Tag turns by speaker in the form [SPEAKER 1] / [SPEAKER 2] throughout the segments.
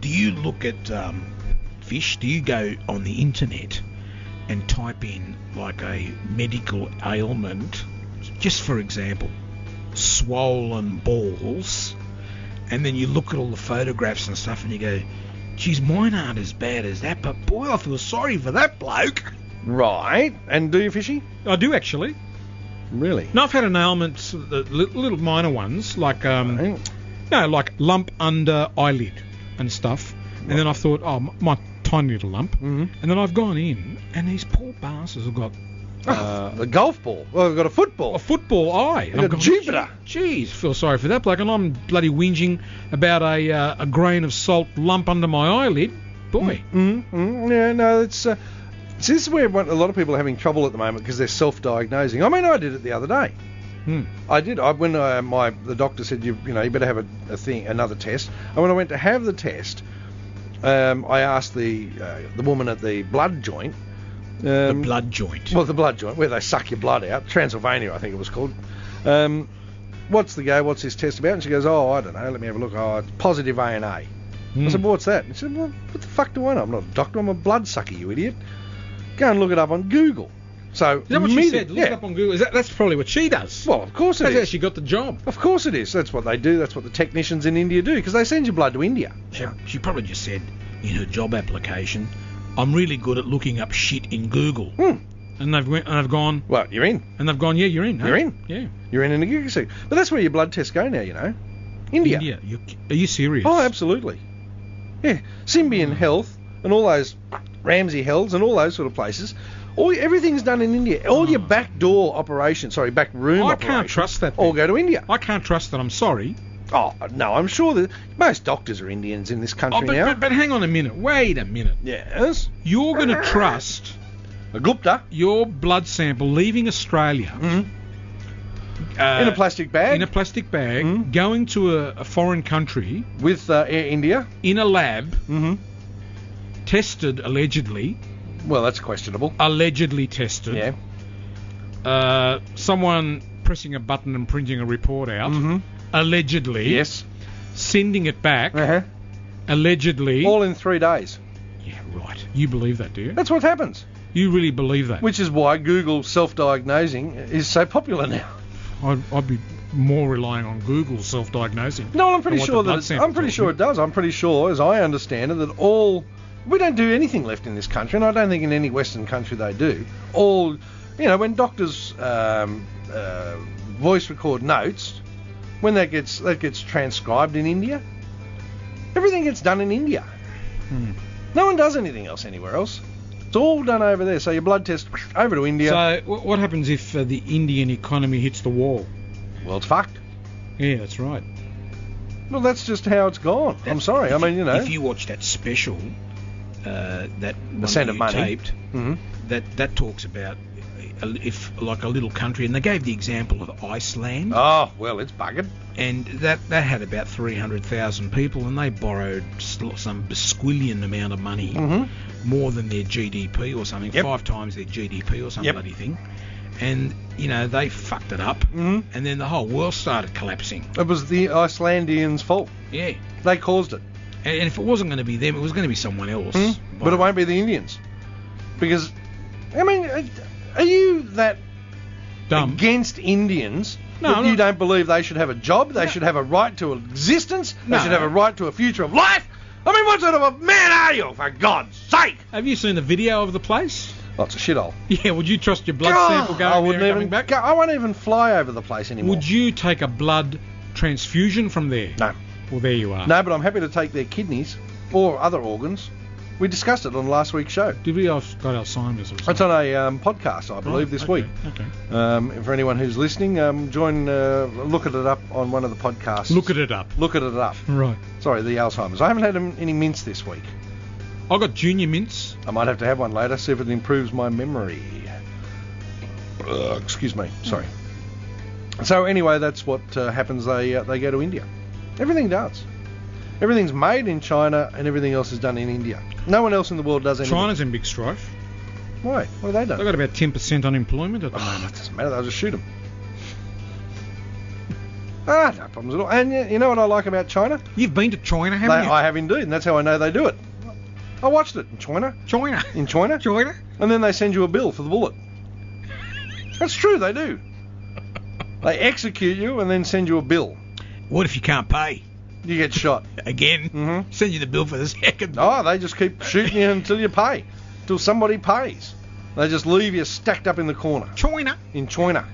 [SPEAKER 1] do you look at um, fish? Do you go on the internet and type in like a medical ailment? Just for example, swollen balls, and then you look at all the photographs and stuff, and you go, "Geez, mine aren't as bad as that, but boy, I feel sorry for that bloke."
[SPEAKER 2] Right. And do you fishy?
[SPEAKER 1] I do actually.
[SPEAKER 2] Really?
[SPEAKER 1] No, I've had an ailment, s- the li- little minor ones, like um,
[SPEAKER 2] Right.
[SPEAKER 1] no, like lump under eyelid and stuff. And then I thought, oh, m- my tiny little lump.
[SPEAKER 2] Mhm.
[SPEAKER 1] And then I've gone in, and these poor bastards have got
[SPEAKER 2] Uh, a golf ball. Well, we've got a
[SPEAKER 1] a
[SPEAKER 2] football.
[SPEAKER 1] football eye. And I'm
[SPEAKER 2] got
[SPEAKER 1] going,
[SPEAKER 2] Jupiter.
[SPEAKER 1] Jeez, feel sorry for that bloke. And I'm bloody whinging about a, uh, a grain of salt lump under my eyelid. Boy.
[SPEAKER 2] mm mm. Yeah, no, it's. Uh, see, this is where one- a lot of people are having trouble at the moment because they're self-diagnosing. I mean, I did it the other day.
[SPEAKER 1] Hmm.
[SPEAKER 2] I did. I when uh, my the doctor said you you know you better have a, a thing another test. And when I went to have the test, um, I asked the uh, the woman at the blood joint. Um,
[SPEAKER 1] Blood joint.
[SPEAKER 2] Well, the blood joint, where they suck your blood out. Transylvania, I think it was called. Um, what's the go? What's this test about? And she goes, Oh, I don't know. Let me have a look. Oh, it's positive A and A.
[SPEAKER 1] Hmm.
[SPEAKER 2] I said, well, What's that? And she said, Well, what the fuck do I know? I'm not a doctor. I'm a blood sucker, you idiot. Go and look it up on Google. So,
[SPEAKER 1] Is that what she
[SPEAKER 2] immediate-
[SPEAKER 1] said? Look
[SPEAKER 2] yeah.
[SPEAKER 1] it up on Google. Is that, that's probably what she does.
[SPEAKER 2] Well, of course it
[SPEAKER 1] that's how
[SPEAKER 2] is.
[SPEAKER 1] she got the job.
[SPEAKER 2] Of course it is. That's what they do. That's what the technicians in India do because they send your blood to India.
[SPEAKER 1] She, she probably just said in her job application, "I'm really good at looking up shit in Google."
[SPEAKER 2] Hmm.
[SPEAKER 1] And they've went, and they've gone
[SPEAKER 2] Well, you're in.
[SPEAKER 1] and they've gone. Yeah, you're in. huh?"
[SPEAKER 2] You're in.
[SPEAKER 1] Yeah.
[SPEAKER 2] You're in in a Google suit. But that's where your blood tests go now, you know. India.
[SPEAKER 1] India. You, are you serious?
[SPEAKER 2] Oh, absolutely. Yeah, Symbian
[SPEAKER 1] Mm.
[SPEAKER 2] Health and all those Ramsey Hells and all those sort of places. All everything's done in India. All your back door operations, sorry, back room
[SPEAKER 1] Mm. I
[SPEAKER 2] operations,
[SPEAKER 1] can't trust that.
[SPEAKER 2] all
[SPEAKER 1] then.
[SPEAKER 2] go to India.
[SPEAKER 1] I can't trust that. I'm sorry.
[SPEAKER 2] Oh no, I'm sure that most doctors are Indians in this country
[SPEAKER 1] Oh, but,
[SPEAKER 2] now.
[SPEAKER 1] but, but hang on a minute. Wait a minute.
[SPEAKER 2] yes,
[SPEAKER 1] You're going to trust
[SPEAKER 2] a Gupta
[SPEAKER 1] your blood sample leaving Australia uh,
[SPEAKER 2] Mm-hmm. in a plastic bag
[SPEAKER 1] in a plastic bag,
[SPEAKER 2] Mm.
[SPEAKER 1] going to a, a foreign country
[SPEAKER 2] with uh, Air India.
[SPEAKER 1] in a lab,
[SPEAKER 2] Mm-hmm.
[SPEAKER 1] tested allegedly,
[SPEAKER 2] Well, that's questionable.
[SPEAKER 1] Mm-hmm. allegedly tested.
[SPEAKER 2] Yeah.
[SPEAKER 1] uh, someone pressing a button and printing a report out,
[SPEAKER 2] Mm-hmm.
[SPEAKER 1] allegedly,
[SPEAKER 2] Yes.
[SPEAKER 1] sending it back,
[SPEAKER 2] Uh-huh.
[SPEAKER 1] allegedly.
[SPEAKER 2] All in three days.
[SPEAKER 1] yeah, right. You believe that, do you?
[SPEAKER 2] That's what happens.
[SPEAKER 1] You really believe that?
[SPEAKER 2] Which is why Google self-diagnosing is so popular now.
[SPEAKER 1] I'd, I'd be more relying on Google self-diagnosing.
[SPEAKER 2] No, I'm pretty
[SPEAKER 1] Or what
[SPEAKER 2] sure
[SPEAKER 1] the blood
[SPEAKER 2] that it's,
[SPEAKER 1] sample
[SPEAKER 2] I'm pretty
[SPEAKER 1] tells
[SPEAKER 2] sure
[SPEAKER 1] me.
[SPEAKER 2] it does. I'm pretty sure, as I understand it, that all we don't do anything left in this country, and I don't think in any Western country they do. All you know, when doctors um, uh, voice record notes, when that gets that gets transcribed in India, everything gets done in India.
[SPEAKER 1] Hmm.
[SPEAKER 2] No one does anything else anywhere else. It's all done over there. So your blood test over to India.
[SPEAKER 1] So, wh- what happens if uh, the Indian economy hits the wall?
[SPEAKER 2] World's fucked.
[SPEAKER 1] Yeah, that's right.
[SPEAKER 2] Well, that's just how it's gone. I'm sorry. I mean, you know,
[SPEAKER 1] If you watch that special, uh, that one
[SPEAKER 2] Sound
[SPEAKER 1] that
[SPEAKER 2] of
[SPEAKER 1] you
[SPEAKER 2] Money.
[SPEAKER 1] taped,
[SPEAKER 2] Mhm.
[SPEAKER 1] that that talks about uh, if like a little country, and they gave the example of Iceland.
[SPEAKER 2] oh well, it's buggered.
[SPEAKER 1] and that that had about 300,000 people, and they borrowed sl- some besquillion amount of money,
[SPEAKER 2] Mhm.
[SPEAKER 1] more than their GDP or something,
[SPEAKER 2] Yep.
[SPEAKER 1] five times their GDP or some
[SPEAKER 2] Yep.
[SPEAKER 1] bloody thing, and you know they fucked it up,
[SPEAKER 2] Mhm.
[SPEAKER 1] and then the whole world started collapsing.
[SPEAKER 2] It was the Icelandians' fault.
[SPEAKER 1] Yeah,
[SPEAKER 2] They caused it.
[SPEAKER 1] and, and if it wasn't going to be them, it was going to be someone else.
[SPEAKER 2] Mm-hmm. But it won't be the Indians. Because, I mean, uh, are you that
[SPEAKER 1] dumb.
[SPEAKER 2] against Indians
[SPEAKER 1] No,
[SPEAKER 2] that
[SPEAKER 1] I'm
[SPEAKER 2] you
[SPEAKER 1] not-
[SPEAKER 2] don't believe they should have a job, they should have a right to existence,
[SPEAKER 1] No.
[SPEAKER 2] they should have a right to a future of life? I mean, what sort of a man are you, for God's sake?
[SPEAKER 1] Have you seen the video of the place?
[SPEAKER 2] Lots of shithole.
[SPEAKER 1] Yeah, would you trust your blood sample
[SPEAKER 2] God,
[SPEAKER 1] going
[SPEAKER 2] I
[SPEAKER 1] there
[SPEAKER 2] wouldn't
[SPEAKER 1] and
[SPEAKER 2] even
[SPEAKER 1] coming back?
[SPEAKER 2] go- I won't even fly over the place anymore.
[SPEAKER 1] Would you take a blood transfusion from there?
[SPEAKER 2] No.
[SPEAKER 1] Well, there you are.
[SPEAKER 2] No, but I'm happy to take their kidneys or other organs. We discussed it on last week's show.
[SPEAKER 1] Did we all got Alzheimer's or something?
[SPEAKER 2] It's on a um, podcast, I believe, this
[SPEAKER 1] okay,
[SPEAKER 2] week.
[SPEAKER 1] Okay.
[SPEAKER 2] Um, for anyone who's listening, um, join, uh, look at it up on one of the podcasts.
[SPEAKER 1] Look at it up.
[SPEAKER 2] Look at it up.
[SPEAKER 1] Right.
[SPEAKER 2] Sorry, the Alzheimer's. I haven't had um, any mints this week.
[SPEAKER 1] I got junior mints.
[SPEAKER 2] I might have to have one later, see if it improves my memory. Ugh, excuse me. Sorry. So anyway, that's what uh, happens. They uh, they go to India. Everything does. Everything's made in China, and everything else is done in India. No one else in the world does anything.
[SPEAKER 1] China's in big strife.
[SPEAKER 2] Why? What have they
[SPEAKER 1] They've
[SPEAKER 2] done?
[SPEAKER 1] got about 10% unemployment at the
[SPEAKER 2] Oh,
[SPEAKER 1] moment.
[SPEAKER 2] it doesn't matter. They'll just shoot them. Ah, no problems at all. And y- you know what I like about China?
[SPEAKER 1] You've been to China,
[SPEAKER 2] They,
[SPEAKER 1] haven't you?
[SPEAKER 2] I have indeed, and that's how I know they do it. I watched it in China.
[SPEAKER 1] China.
[SPEAKER 2] In China?
[SPEAKER 1] China.
[SPEAKER 2] And then they send you a bill for the bullet. That's true, they do. They execute you and then send you a bill.
[SPEAKER 1] What if you can't pay?
[SPEAKER 2] You get shot.
[SPEAKER 1] Again,
[SPEAKER 2] Mhm.
[SPEAKER 1] send you the bill for the second.
[SPEAKER 2] Oh, they just keep shooting you until you pay, till somebody pays. They just leave you stacked up in the corner
[SPEAKER 1] China.
[SPEAKER 2] in China.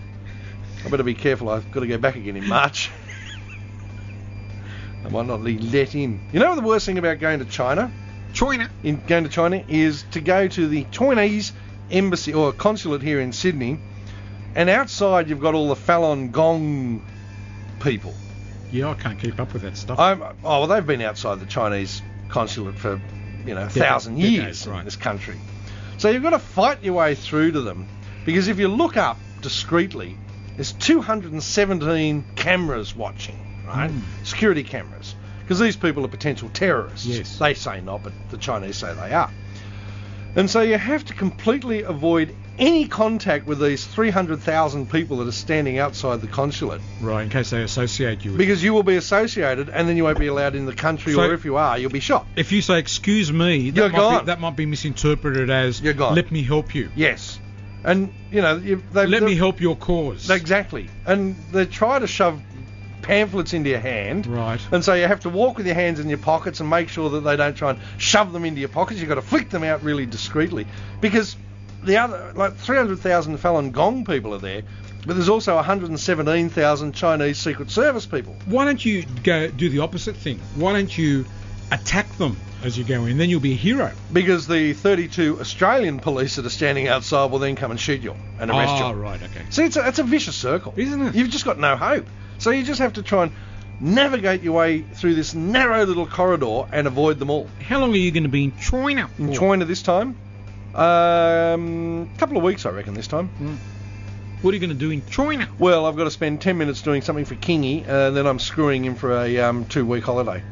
[SPEAKER 2] I better be careful. I've got to go back again in March. I might not be let in. You know the worst thing about going to China,
[SPEAKER 1] China.
[SPEAKER 2] in going to China, is to go to the Chinese embassy or consulate here in Sydney, and outside you've got all the Falun Gong people.
[SPEAKER 1] Yeah, I can't keep up with that stuff.
[SPEAKER 2] I'm, oh, well, they've been outside the Chinese consulate for, you know, a thousand
[SPEAKER 1] decades,
[SPEAKER 2] years
[SPEAKER 1] right.
[SPEAKER 2] in this country. So you've got to fight your way through to them because if you look up discreetly, there's 217 cameras watching, right?
[SPEAKER 1] Mm.
[SPEAKER 2] Security cameras. Because these people are potential terrorists.
[SPEAKER 1] Yes.
[SPEAKER 2] They say not, but the Chinese say they are. And so you have to completely avoid any contact with these 300,000 people that are standing outside the consulate
[SPEAKER 1] right, in case they associate you with.
[SPEAKER 2] because you will be associated, and then you won't be allowed in the country,
[SPEAKER 1] So-
[SPEAKER 2] or if you are, you'll be shot.
[SPEAKER 1] if you say "excuse me," that,
[SPEAKER 2] You're
[SPEAKER 1] might Be,
[SPEAKER 2] gone.
[SPEAKER 1] that might be misinterpreted as
[SPEAKER 2] You're gone.
[SPEAKER 1] "let me help you."
[SPEAKER 2] Yes, and you know you, they
[SPEAKER 1] Let
[SPEAKER 2] they-
[SPEAKER 1] me help your cause.
[SPEAKER 2] exactly, and they try to shove pamphlets into your hand,
[SPEAKER 1] Right.
[SPEAKER 2] and so you have to walk with your hands in your pockets and make sure that they don't try and shove them into your pockets. You've got to flick them out really discreetly, because the other like 300,000 Falun Gong people are there, but there's also 117,000 Chinese Secret Service people.
[SPEAKER 1] Why don't you go do the opposite thing? Why don't you attack them as you go in? Then you'll be a hero.
[SPEAKER 2] Because the 32 Australian police that are standing outside will then come and shoot you and arrest
[SPEAKER 1] Ah,
[SPEAKER 2] you.
[SPEAKER 1] right, okay.
[SPEAKER 2] See, it's a, it's a vicious circle,
[SPEAKER 1] Isn't it?
[SPEAKER 2] You've just got no hope. So you just have to try and navigate your way through this narrow little corridor and avoid them all.
[SPEAKER 1] How long are you going to be in China?
[SPEAKER 2] In
[SPEAKER 1] for?
[SPEAKER 2] China this time, um, couple of weeks I reckon this time.
[SPEAKER 1] What are you going to do in China?
[SPEAKER 2] Well, I've got to spend 10 minutes doing something for Kingy, and then I'm screwing him for a um, two-week holiday.